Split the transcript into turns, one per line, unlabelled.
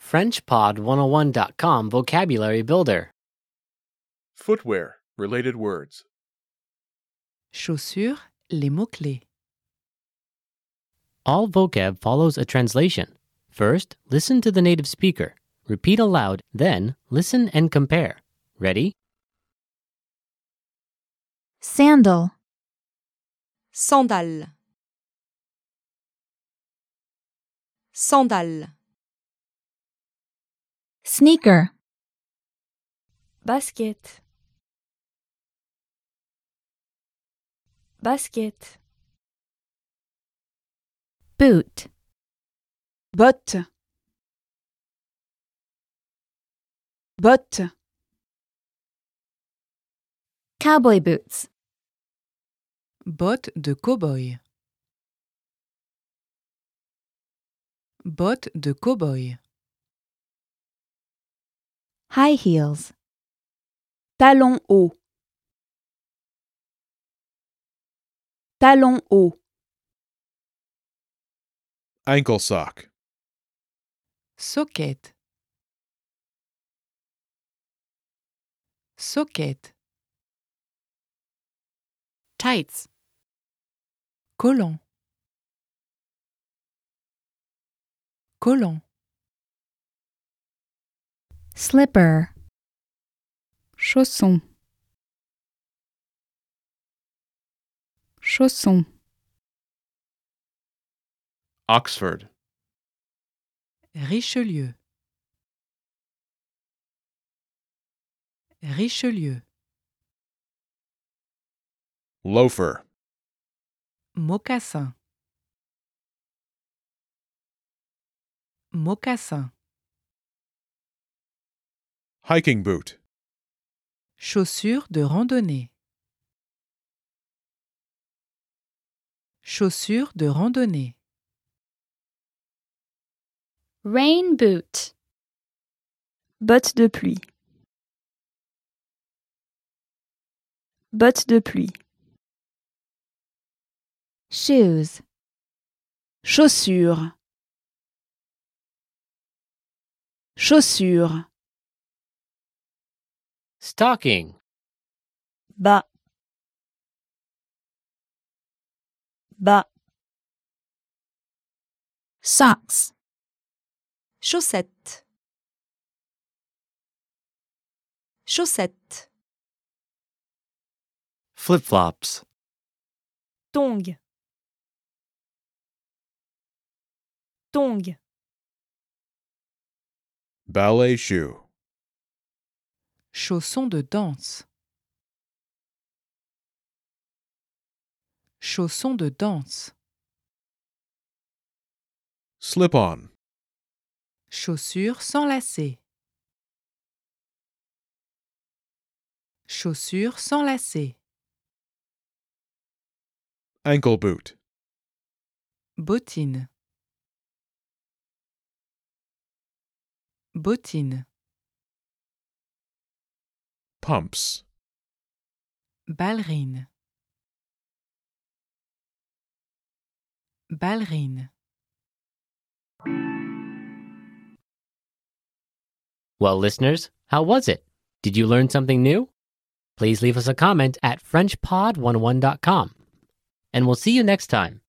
FrenchPod101.com Vocabulary Builder.
Footwear. Related words.
Chaussures, les mots-clés.
All vocab follows a translation. First, listen to the native speaker. Repeat aloud, then, listen and compare. Ready?
Sandal.
Sandales. Sandales.
Sneaker.
Basket. Basket.
Boot.
Botte. Botte.
Cowboy boots.
Bottes de cow-boy. Bottes de cow-boy.
High heels.
Talon haut. Talon haut.
ankle sock,
Socket. Socket. Tights. Collant. Collant.
Slipper.
Chausson. Chausson.
Oxford,
Richelieu. Richelieu.
loafer,
Mocassin. Mocassin.
hiking boot,
Chaussures de randonnée. Chaussures de randonnée.
Rain boot.
Bottes de pluie. Bottes de pluie.
Shoes.
Chaussures. Chaussures.
Stocking.
Bas. Bas.
Socks.
Chaussettes. Chaussettes.
Flip flops.
Tongue. Tongue.
ballet shoe,
Chaussons de danse. Chaussons de danse.
slip on,
Chaussures sans lacets. Chaussures sans lacets.
ankle boot,
Bottines. Bottines.
pumps,
Ballerine. Ballerine.
Well, listeners, how was it? Did you learn something new? oh Please leave us a comment at FrenchPod101.com. And we'll see you next time.